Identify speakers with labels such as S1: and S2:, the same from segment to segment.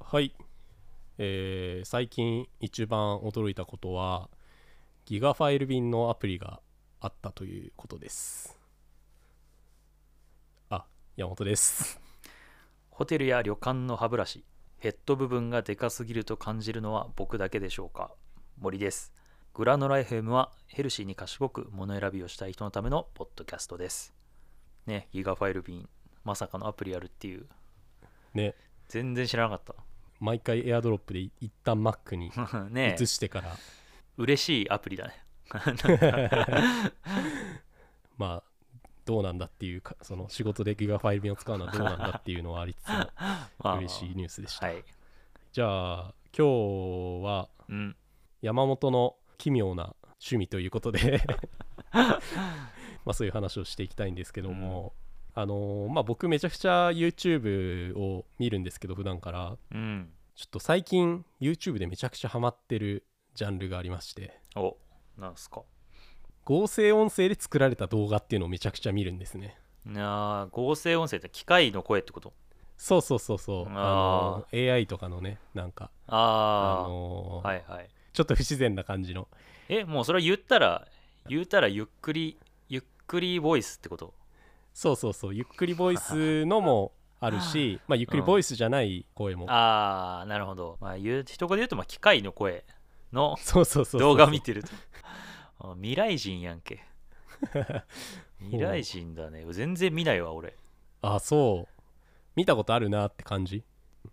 S1: はい、えー最近一番驚いたことはギガファイル便のアプリがあったということですあ山本です
S2: ホテルや旅館の歯ブラシ、ヘッド部分がでかすぎると感じるのは僕だけでしょうか。森です。グラノラ FM はヘルシーに賢く物選びをしたい人のためのポッドキャストです。ね、ギガファイル便、まさかのアプリあるっていう、
S1: ね
S2: 全然知らなかっ
S1: 毎回エアドロップで一旦 Mac に
S2: た。 ねえ
S1: 移、してから、
S2: 嬉しいアプ リだね。
S1: まあどうなんだっていうかその仕事でギガファイル便を使うのはどうなんだっていうのはありつつも
S2: まあ
S1: 嬉しいニュースでした、
S2: はい。
S1: じゃあ今日は
S2: うん。
S1: 山本の奇妙な趣味ということでまあそういう話をしていきたいんですけども、あのーまあ僕めちゃくちゃ YouTube を見るんですけど普段から
S2: うん。
S1: ちょっと最近 YouTube でめちゃくちゃハマってるジャンルがありまして
S2: お、なんすか。
S1: 合成音声で作られた動画っていうのをめちゃくちゃ見るんですね
S2: なあ、合成音声って機械の声ってこと
S1: そうそうそうそう
S2: あー
S1: あのー AI とかのねなんかあ
S2: ああ、
S1: のー
S2: はいはい。
S1: ちょっと不自然な感じの
S2: えもうそれは言ったら言ったらゆっくりゆっくりボイスってこと
S1: そうそうそうゆっくりボイスのもあるしまあゆっくりボイスじゃない声も
S2: ああなるほど、まあ、言う一言で言うと、まあ、機械の声の
S1: そうそうそうそう
S2: 動画見てるとあ未来人やんけ未来人だね全然見ないわ俺
S1: あそう見たことあるなって感じ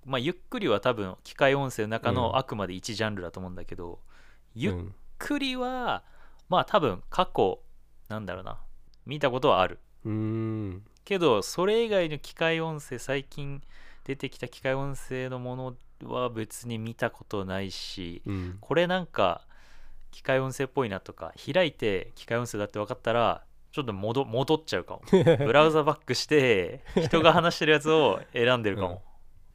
S2: まあゆっくりは多分機械音声の中
S1: うん
S2: のあくまで一ジャンルだと思うんだけど、ゆっ
S1: うん
S2: くりはまあ多分過去なんだろうな見たことはある
S1: うーん
S2: けどそれ以外の機械音声最近出てきた機械音声のものは別に見たことないし
S1: うん
S2: これなんか機械音声っぽいなとか開いて機械音声だって分かったらちょっと戻戻っちゃうかもブラウザバックして人が話してるやつを選んでるかも、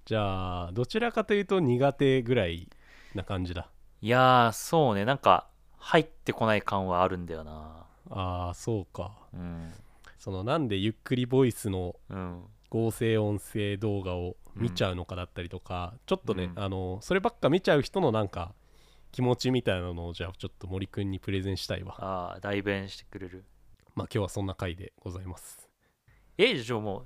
S1: じゃあどちらかというと苦手ぐらいな感じだ
S2: いやーそうねなんか入ってこない感はあるんだよな
S1: あーそうか
S2: うん
S1: そのなんでゆっくりボイスの
S2: うん
S1: 合成音声動画を見ちゃうのかだったりとか、ちょっとね、
S2: うん
S1: あのそればっか見ちゃう人のなんか気持ちみたいなのをじゃあちょっと森くんにプレゼンしたいわ
S2: ああ代弁してくれる
S1: まあ今日はそんな回でございます
S2: えじゃあもう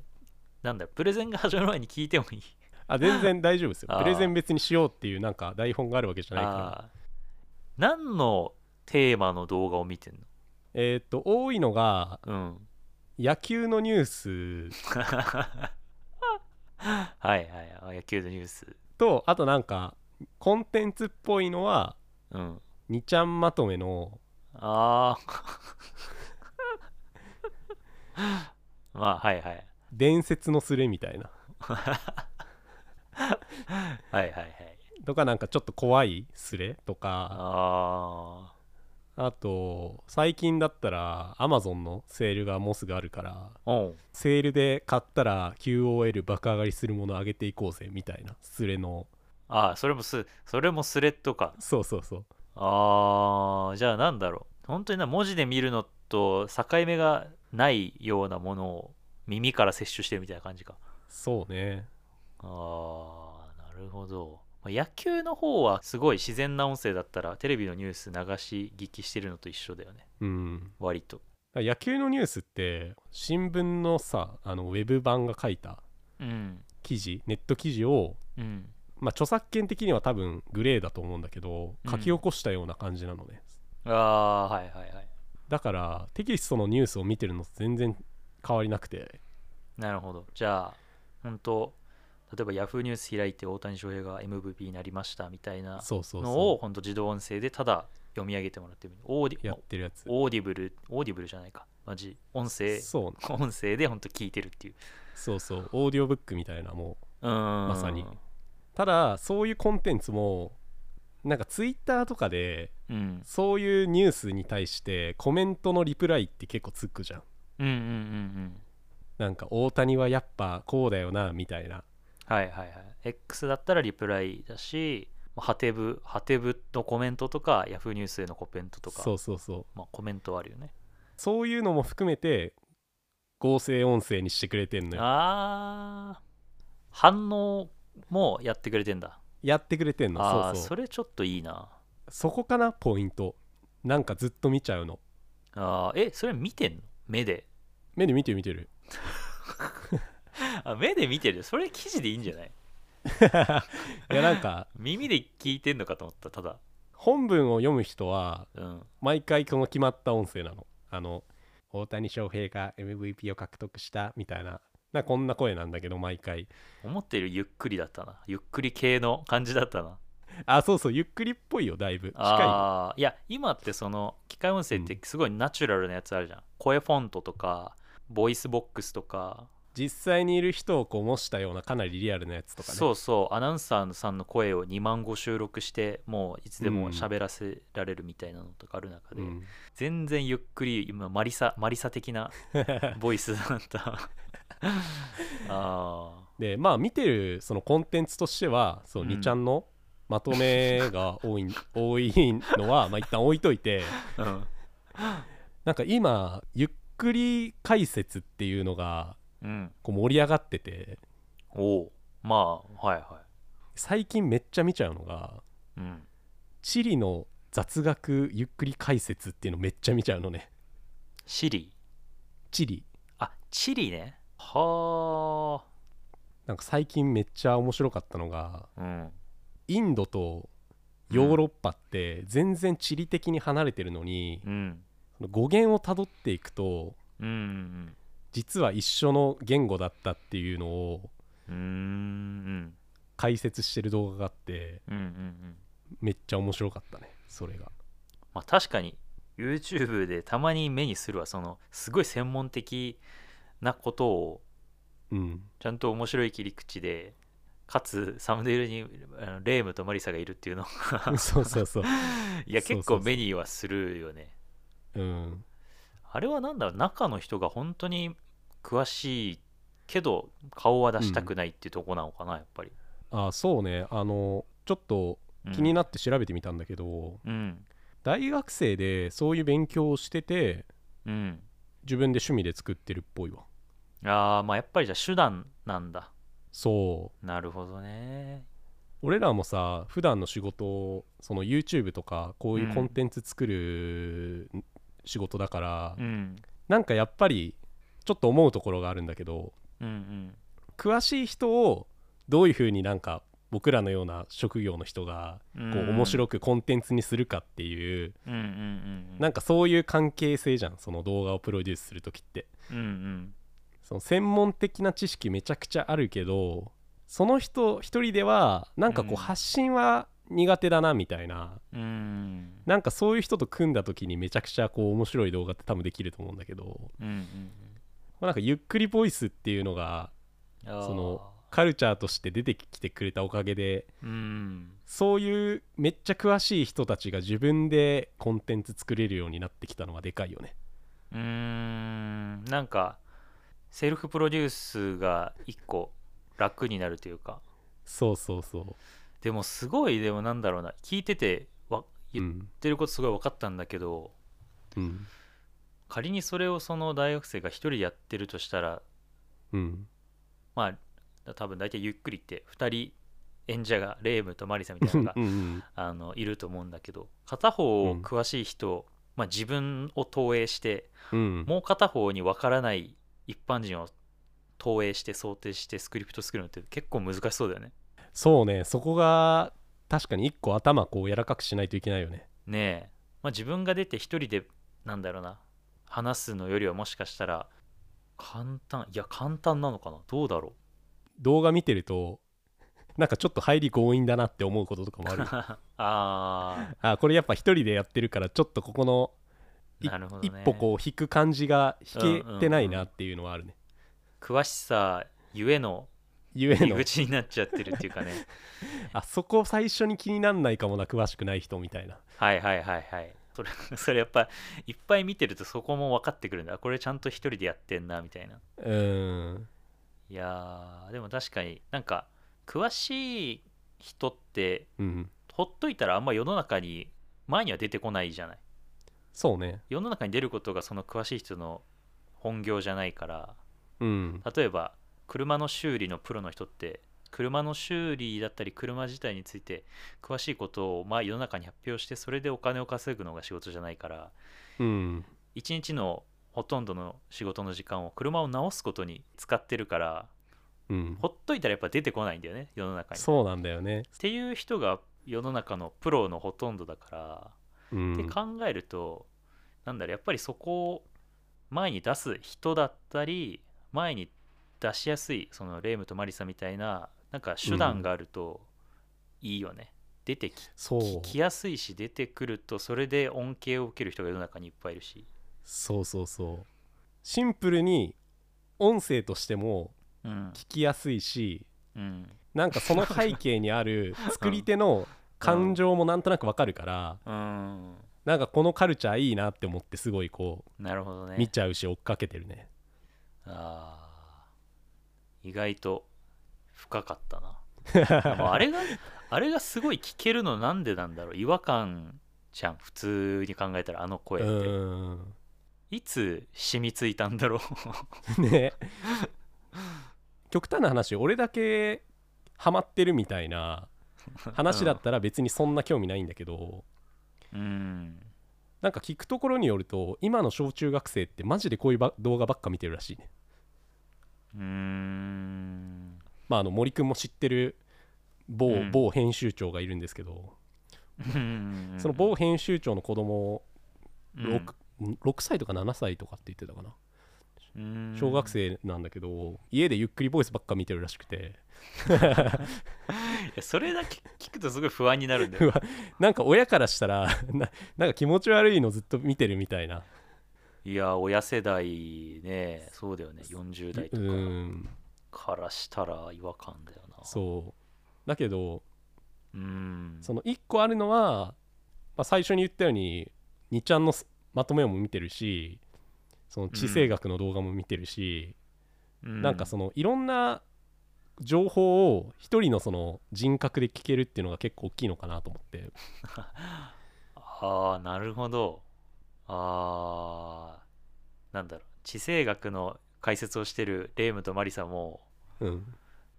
S2: なんだプレゼンが始まる前に聞いてもいい
S1: あ全然大丈夫ですよ
S2: あー
S1: プレゼン別にしようっていうなんか台本があるわけじゃないから
S2: あー何のテーマの動画を見てん
S1: えーっと多いのが
S2: のうん。
S1: 野球のニュース
S2: はいはいあ。野球のニュース。
S1: とあとなんかコンテンツっぽいのは
S2: うん。
S1: 2ちゃんまとめの
S2: あ あ。まあはいはい。
S1: 伝説のスレみたいな
S2: はいはいはい。
S1: とかなんかちょっと怖いスレとか
S2: あ
S1: あと最近だったらアマゾンのセールがもうすぐあるから
S2: あ。うん。
S1: セールで買ったら QOL 爆上がりするもの上げていこうぜみたいなスレの
S2: ああ、それもす、それもスレッドか。
S1: そうそうそう
S2: ああ、じゃあなんだろう。本当にな、文字で見るのと境目がないようなものを耳から摂取してるみたいな感じか。
S1: そうね
S2: ああ、なるほど。まあ野球の方はすごい自然な音声だったらテレビのニュース流し聞きしてるのと一緒だよね。
S1: うん
S2: 割と。
S1: 野球のニュースって新聞のさあのウェブ版が書いた
S2: うん。
S1: 記事ネット記事を、
S2: うん。
S1: まあ、著作権的には多分グレーだと思うんだけど
S2: うん
S1: 書き起こしたような感じなのね、
S2: ああ、はいはいはい。
S1: だからテキストのニュースを見てるのと全然変わりなくて
S2: なるほど。じゃあ、本当例えば Yahoo ニュース開いて大谷翔平が MVP になりましたみたいな
S1: そうそう
S2: のを
S1: そ
S2: 本当自動音声でただ読み上げてもらってみる。オーデ
S1: うや
S2: ィ
S1: っ、てるやつ
S2: オーディブル、オーディブルじゃないか。マジ、音声、
S1: そう
S2: 音声で本当聞いてるっていう。
S1: そうそうオーディオブックみたいなもう
S2: うーん。
S1: ま
S2: ま
S1: さにただそういうコンテンツもなんかツイッターとかで
S2: うん。
S1: そういうニュースに対してコメントのリプライって結構つくじゃん
S2: うんうんうんうん。
S1: なんか大谷はやっぱこうだよなみたいな
S2: はいはいはい。X だったらリプライだし、まあハテブ、ハテブのコメントとか、Yahoo ニュースへのコメントとか、
S1: そうそうそう
S2: まあ、コメントはあるよね。
S1: そういうのも含めて合成音声にしてくれてんのよ
S2: あー、反応もやってくれてんだ。
S1: やってくれてんの
S2: あ
S1: そ
S2: あ
S1: うそう
S2: それちょっといいな
S1: そこかなポイントなんかずっと見ちゃうの
S2: あーえそれ見てんの目で
S1: 目で見てる見 てる
S2: あ目で見てるそれ記事でいいんじゃない
S1: いやなんか
S2: 耳で聞いてんのかと思ったただ
S1: 本文を読む人は
S2: うん
S1: 毎回この決まった音声なのあの大谷翔平が MVP を獲得したみたいななんかこんな声なんだけど毎回
S2: 思ってるゆっくりだったなゆっくり系の感じだったな
S1: あそうそうゆっくりっぽいよだいぶ近いよ
S2: ああいや今ってその機械音声ってすごいナチュラルなやつあるじゃん、声フォントとかボイスボックスとか
S1: 実際にいる人をこう模したようなかなりリアルなやつとかね
S2: そうそうアナウンサーさんの声を2万語収録してもういつでも喋らせられるみたいなのとかある中で、
S1: うん、
S2: 全然ゆっくり今マリサマリサ的なボイスだった あ
S1: でまあ見てるそのコンテンツとしてはそううん2ちゃんのまとめが多 い多いのはまあ一旦置いといて
S2: あうん
S1: なんか今ゆっくり解説っていうのが
S2: うん
S1: こう盛り上がってて
S2: おおまあはいは
S1: 最近めっちゃ見ちゃうのが
S2: いうん
S1: 地理の雑学ゆっくり解説っていうのめっちゃ見ちゃうのね
S2: シリ
S1: 地理
S2: あチリねは
S1: なんか最近めっちゃ面白かったのが
S2: あうん
S1: インドとヨーロッパって全然地理的に離れてるのに、
S2: うん
S1: その語源をたどっていくと
S2: うんうん
S1: 実は一緒の言語だったっていうのを
S2: うんうん
S1: 解説してる動画があって
S2: うんうんうん
S1: めっちゃ面白かったねそれが
S2: まあ確かに YouTube でたまに目にするわそのすごい専門的なことを
S1: うん
S2: ちゃんと面白い切り口でかつサムネイルにあのレームとマリサがいるっていうの
S1: そうそうそう
S2: いや
S1: そうそうそう
S2: 結構目にはするよね
S1: うん
S2: あれはなんだろう中の人が本当に詳しいけど顔は出したくないっていうとこなのかな、やっぱり、
S1: あそうねあのちょっと
S2: うん
S1: 気になって調べてみたんだけど、
S2: うん
S1: 大学生でそういう勉強をしてて
S2: うん
S1: 自分で趣味で作ってるっぽいわ
S2: ああまあやっぱりじゃあ手段なんだ
S1: そう
S2: なるほどね
S1: 俺らもさ普段の仕事をその YouTube とかこういううんコンテンツ作る仕事だから、
S2: うん
S1: なんかやっぱりちょっと思うところがあるんだけど
S2: うんうん
S1: 詳しい人をどういうふうになんか僕らのような職業の人が
S2: こう
S1: こう面白くコンテンツにするかっていう、
S2: うんうんうんうん
S1: なんかそういう関係性じゃんその動画をプロデュースする時って
S2: うんうん
S1: その専門的な知識めちゃくちゃあるけどその人一人ではなんかこ
S2: うん
S1: う発信は苦手だなみたいな、
S2: うん
S1: なんかそういう人と組んだ時にめちゃくちゃこう面白い動画って多分できると思うんだけど、
S2: うんうん
S1: まあなんかゆっくりボイスっていうのが
S2: あー
S1: そのカルチャーとして出てきてくれたおかげで
S2: うん
S1: そういうめっちゃ詳しい人たちが自分でコンテンツ作れるようになってきたのはでかいよね
S2: うーんなんかセルフプロデュースが一個楽になるというか
S1: そうそうそ
S2: でもすごいでもなんだろうな聞いててわ
S1: うう
S2: 言っ
S1: ん
S2: てることすごい分かったんだけど、
S1: うん
S2: 仮にそれをその大学生が一人でやってるとしたら
S1: うん
S2: まあ多分大体ゆっくりって2人演者がレームとマリサみたいなの が
S1: うんうん
S2: あのいると思うんだけど片方を詳しい人、まあ、自分を投影して
S1: うん
S2: もう片方に分からない一般人を投影して想定してスクリプト作るのって結構難しそうだよね。
S1: そうねそこが確かに一個頭こう柔らかくしないといけないよね
S2: ねえ、まあ、自分が出て一人でなんだろうな話すのよりはもしかしたら簡単いや簡単なのかなどうだろ
S1: 動画見てるとなんかちょっと入り強引だなって思うこととかもあ る
S2: うああ
S1: あこれやっぱ一人でやってるからちょっとここのい
S2: なるほど
S1: 一
S2: ね
S1: 歩こう引く感じが引けてないなっていうのはあるね
S2: 詳しさゆえの
S1: ゆえ
S2: 入り
S1: の
S2: 口になっちゃってるっていうかね
S1: あそこ最初に気になんないかもな詳しくない人みたいな
S2: はいはいはいはいそれ それやっぱいっぱい見てるとそこも分かってくるんだこれちゃんと一人でやってんなみたいな
S1: うーん
S2: いやーでも確かになんか詳しい人って
S1: うん
S2: ほっといたらあんま世の中に前には出てこないじゃない
S1: そうね
S2: 世の中に出ることがその詳しい人の本業じゃないから
S1: うん
S2: 例えば車の修理のプロの人って車の修理だったり車自体について詳しいことをまあ世の中に発表してそれでお金を稼ぐのが仕事じゃないから
S1: うん
S2: 一日のほとんどの仕事の時間を車を直すことに使ってるから
S1: うん
S2: ほっといたらやっぱ出てこないんだよね世の中に。っ
S1: そうなんだよね
S2: ていう人が世の中のプロのほとんどだから
S1: うん
S2: って考えると、なんだろうやっぱりそこを前に出す人だったり前に出しやすいそのレイムとマリサみたいななんか手段があるといいよね、出てき
S1: そう
S2: き来やすいし出てくるとそれで恩恵を受ける人が世の中にいっぱいいるし、
S1: そうそうそうシンプルに音声としても
S2: うん
S1: 聞きやすいし
S2: うん
S1: なんかその背景にある作り手の感情もなんとなくわかるから
S2: うん、
S1: なんかこのカルチャーいいなって思ってすごいこ
S2: なるほど
S1: う見
S2: ね
S1: ちゃうし追っかけてるね
S2: あー意外と深かっ たなで もあれがあれがすごい聞けるのなんでなんだろう違和感じゃん普通に考えたらあの
S1: う
S2: 声って、
S1: ーん
S2: いつ染みついたんだろう
S1: ね極端な話俺だけハマってるみたい な話だったら別にそんな興味ないんだけど
S2: うん
S1: なんか聞くところによると今の小中学生ってマジでこういうば動画ばっか見てるらしいね
S2: うーん
S1: まあ、あの森くんも知ってる某,、
S2: うん
S1: 某編集長がいるんですけど、
S2: うん
S1: その某編集長の子供
S2: うん
S1: 6, 6歳とか7歳とかって言ってたかな
S2: うん
S1: 小学生なんだけど、家でゆっくりボイスばっか見てるらしくて
S2: いやそれだけ 聞くとすごい不安になるんだ
S1: う
S2: よ
S1: わなんか親からしたら ななんか気持ち悪いのずっと見てるみたいない
S2: や親世代ねそうだよね40代
S1: う
S2: とか、
S1: ん
S2: からしたら違和感だよな
S1: そうだけど
S2: ううん
S1: その1個あるのは、まあ、最初に言ったように2ちゃんのまとめも見てるしその地政学の動画も見てるし、なんかそ
S2: の
S1: のいろんな情報を一人のその人格で聞けるっていうのが結構大きいのかなと思って
S2: ああなるほどあーなんだろう地政学の解説をしてるレイムとマリさんも
S1: うん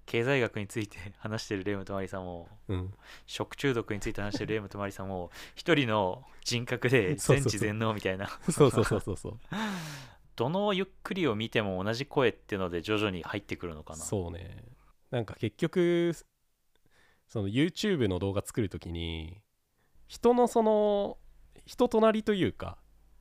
S2: 経済学について話してるレイムとマリさんも
S1: うん
S2: 食中毒について話してるレイムとマリさんも一人の人格 で
S1: そうそう
S2: 全
S1: そう
S2: 知全能みたいな
S1: そうそうそうそうそう
S2: どのゆっくりを見ても同じ声っていうので徐々に入ってくる のかな
S1: そうねなんか結局その YouTube の動画作る時に人のその人となりというか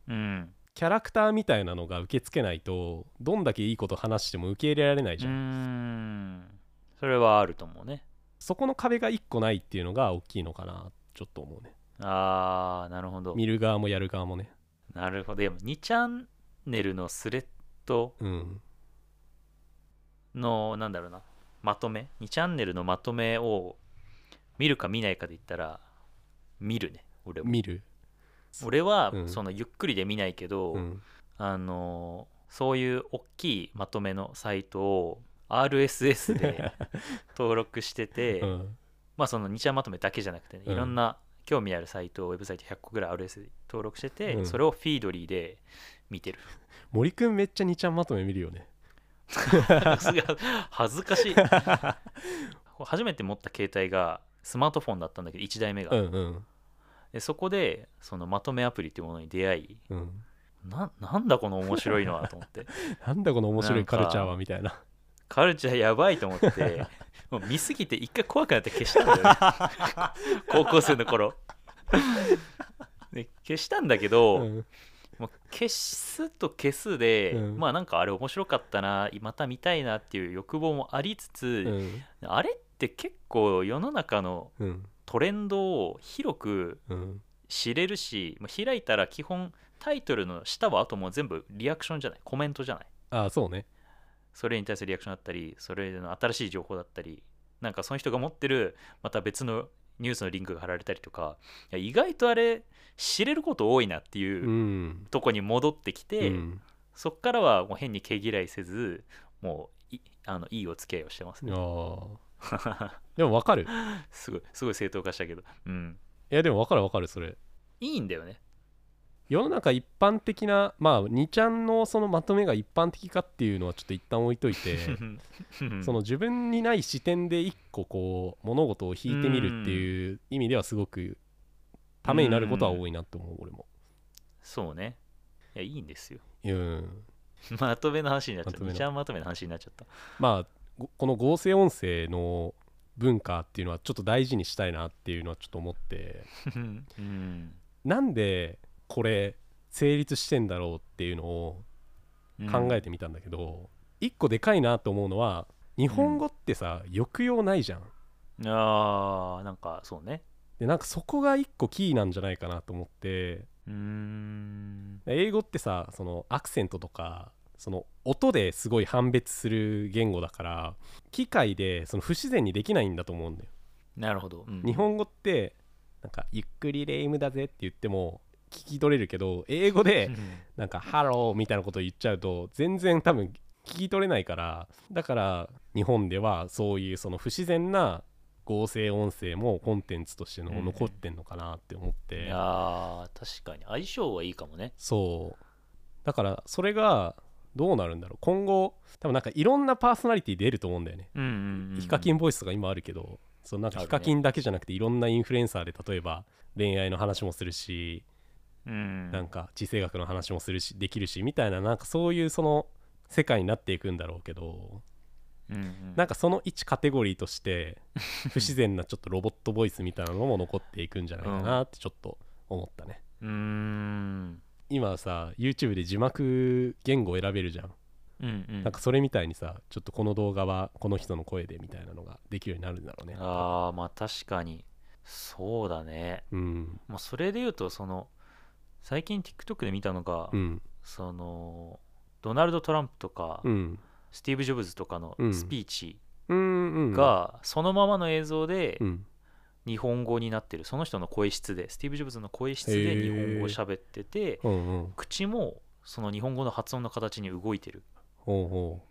S2: うん
S1: キャラクターみたいなのが受け付けないとどんだけいいこと話しても受け入れられないうじ
S2: ー
S1: ゃん、
S2: んそれはあると思うね
S1: そこの壁が1個ないっていうのが大きいのかなちょっと思うね
S2: ああなるほど
S1: 見る側もやる側もね
S2: なるほど。でも2チャンネルのスレッド
S1: うん
S2: の、なんだろうな、まとめ、2チャンネルのまとめを見るか見ないかで言ったら、見るね、俺も。
S1: 見る
S2: 俺は
S1: う、ん
S2: そのゆっくりで見ないけど、
S1: うん
S2: あのー、そういう大きいまとめのサイトを RSS で登録してて、
S1: うん
S2: まあその2チャンまとめだけじゃなくてね、
S1: うん
S2: いろんな興味あるサイトをウェブサイト100個ぐらい RSS 登録してて、
S1: うん
S2: それをフィードリーで見てる。
S1: 森くんめっちゃ2ちゃんまとめ見るよね
S2: すごい恥ずかしい初めて持った携帯がスマートフォンだったんだけど1台目が、
S1: うんうん
S2: でそこでそのまとめアプリっていうものに出会い
S1: うん
S2: ななんだこの面白いのはと思って
S1: なんだこの面白いカルチャーはみたいな
S2: カルチャーやばいと 思ってもう見すぎて一回怖くなって消したんだよね 高校生の頃で消したんだけど、
S1: うん
S2: もう消すと消すで、
S1: うん
S2: まあなんかあれ面白かったなまた見たいなっていう欲望もありつつ、
S1: うん
S2: あれって結構世の中の
S1: うん
S2: トレンドを広く
S1: うん
S2: 知れるし、まあ開いたら基本タイトルの下はあともう全部リアクションじゃないコメントじゃない
S1: ああそうね
S2: それに対するリアクションだったりそれの新しい情報だったりなんかその人が持ってるまた別のニュースのリンクが貼られたりとかいや意外とあれ知れること多いなっていうううんとこに戻ってき
S1: う
S2: て、
S1: ん
S2: そっからはもう変に毛嫌いせずもういあのいいお付き合いをしてます
S1: あ
S2: ね
S1: ー でもわかる
S2: すごいすごい正当化したけどうん
S1: いやでもわかるわかるそれ
S2: いいんだよね。
S1: 世の中一般的なまあ2ちゃんのそのまとめが一般的かっていうのはちょっと一旦置いといてその自分にない視点で一個こう物事を引いてみるっていう意味ではすごくためになることは多いなって思う俺も。
S2: そうねいやいいんですよ
S1: うん、
S2: まとめの話になっちゃっ
S1: まと
S2: た
S1: めの
S2: 2ちゃんまとめの話になっちゃった
S1: まあごこの合成音声の文化っていうのはちょっと大事にしたいなっていうのはちょっと思って
S2: うん
S1: なんでこれ成立してんだろうっていうのを考えてみたんだけど、一個でかいなと思うのは日本語ってさ、抑揚ないじゃん
S2: うんあーなんかそうね
S1: でなんかそこが一個キーなんじゃないかなと思って
S2: うーん
S1: 英語ってさそのアクセントとかその音ですごい判別する言語だから機械でその不自然にできないんだと思うんだよ
S2: なるほど、うん
S1: 日本語ってなんかゆっくりレイムだぜって言っても聞き取れるけど英語でなんか「ハロー」みたいなこと言っちゃうと全然多分聞き取れないからだから日本ではそういうその不自然な合成音声もコンテンツとしての
S2: うんうん
S1: 残ってんのかなって思っ
S2: い
S1: て、
S2: やー確かに相性はいいかもね
S1: そうだからそれがどうなるんだろう今後多分なんかいろんなパーソナリティ出ると思うんだよね、
S2: うんうんうん
S1: ヒカキンボイスとか今あるけどそのなんか
S2: あ
S1: ヒ
S2: るね
S1: カキンだけじゃなくていろんなインフルエンサーで例えば恋愛の話もするし
S2: うん
S1: なんか地政学の話もするしできるしみたいななんかそういうその世界になっていくんだろうけど
S2: うんうん
S1: なんかその一カテゴリーとして 不自然なちょっとロボットボイスみたいなのも残っていくんじゃないかなってちょっと思ったね
S2: うーん
S1: 今さ YouTube で字幕言語を選べるじゃん
S2: うんうん
S1: なんかそれみたいにさちょっとこの動画はこの人の声でみたいなのができるようになるんだろうね
S2: あーまあ確かにそうだね
S1: うん
S2: まあそれで言うとその最近 TikTok で見たのが、
S1: うん
S2: そのドナルド・トランプとか、
S1: うん
S2: スティーブ・ジョブズとかの
S1: うん
S2: スピーチ
S1: うんうん
S2: が、そのままの映像で
S1: うん
S2: 日本語になってる、その人の声質でスティーブ・ジョブズの声質で日本語を喋ってて、
S1: うんうん
S2: 口もその日本語の発音の形に動いてる
S1: ほうほ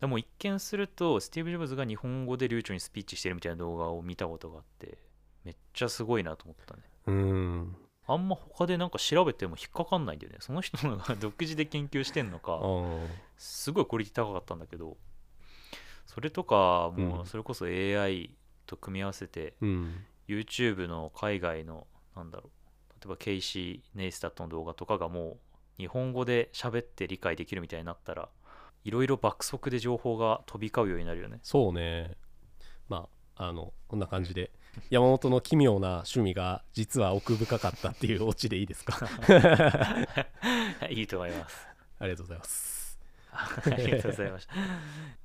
S2: でも一見するとスティーブ・ジョブズが日本語で流暢にスピーチしてるみたいな動画を見たことがあってめっちゃすごいなと思ったね
S1: ううん
S2: あんま他でなんか調べても引っかかんないんだよねその人のが独自で研究してんの
S1: あ
S2: か
S1: ー
S2: すごいクオリティ高かったんだけどそれとかも
S1: うん
S2: うそれこそ AI と組み合わせて
S1: うん
S2: YouTube の海外のなんだろう例えばケイシー・ネイスタットの動画とかがもう日本語で喋って理解できるみたいになったらいろいろ爆速で情報が飛び交うようになるよね
S1: そうねまああのこんな感じで山本の奇妙な趣味が実は奥深かったっていうオチでいいですか
S2: いいと思います
S1: ありがとうございます
S2: ありがとうございました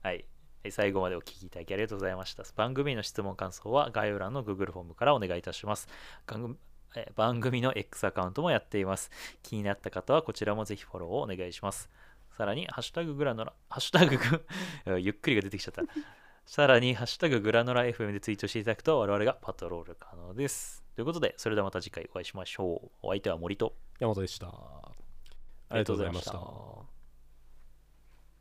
S2: はいえ最後までお聞きいただきありがとうございました番組への質問感想は概要欄の Google フォームからお願いいたします番組え番組の X アカウントもやっています気になった方はこちらもぜひフォローをお願いしますさらに、ハッシュタググラノラ、ハッシュタググ、 えゆっくりが出てきちゃった。さらに、ハッシュタググラノラ FM でツイートしていただくと、我々がパトロール可能です。ということで、それではまた次回お会いしましょう。お相手は森と、
S1: 山本でしたありがとうございました
S2: た。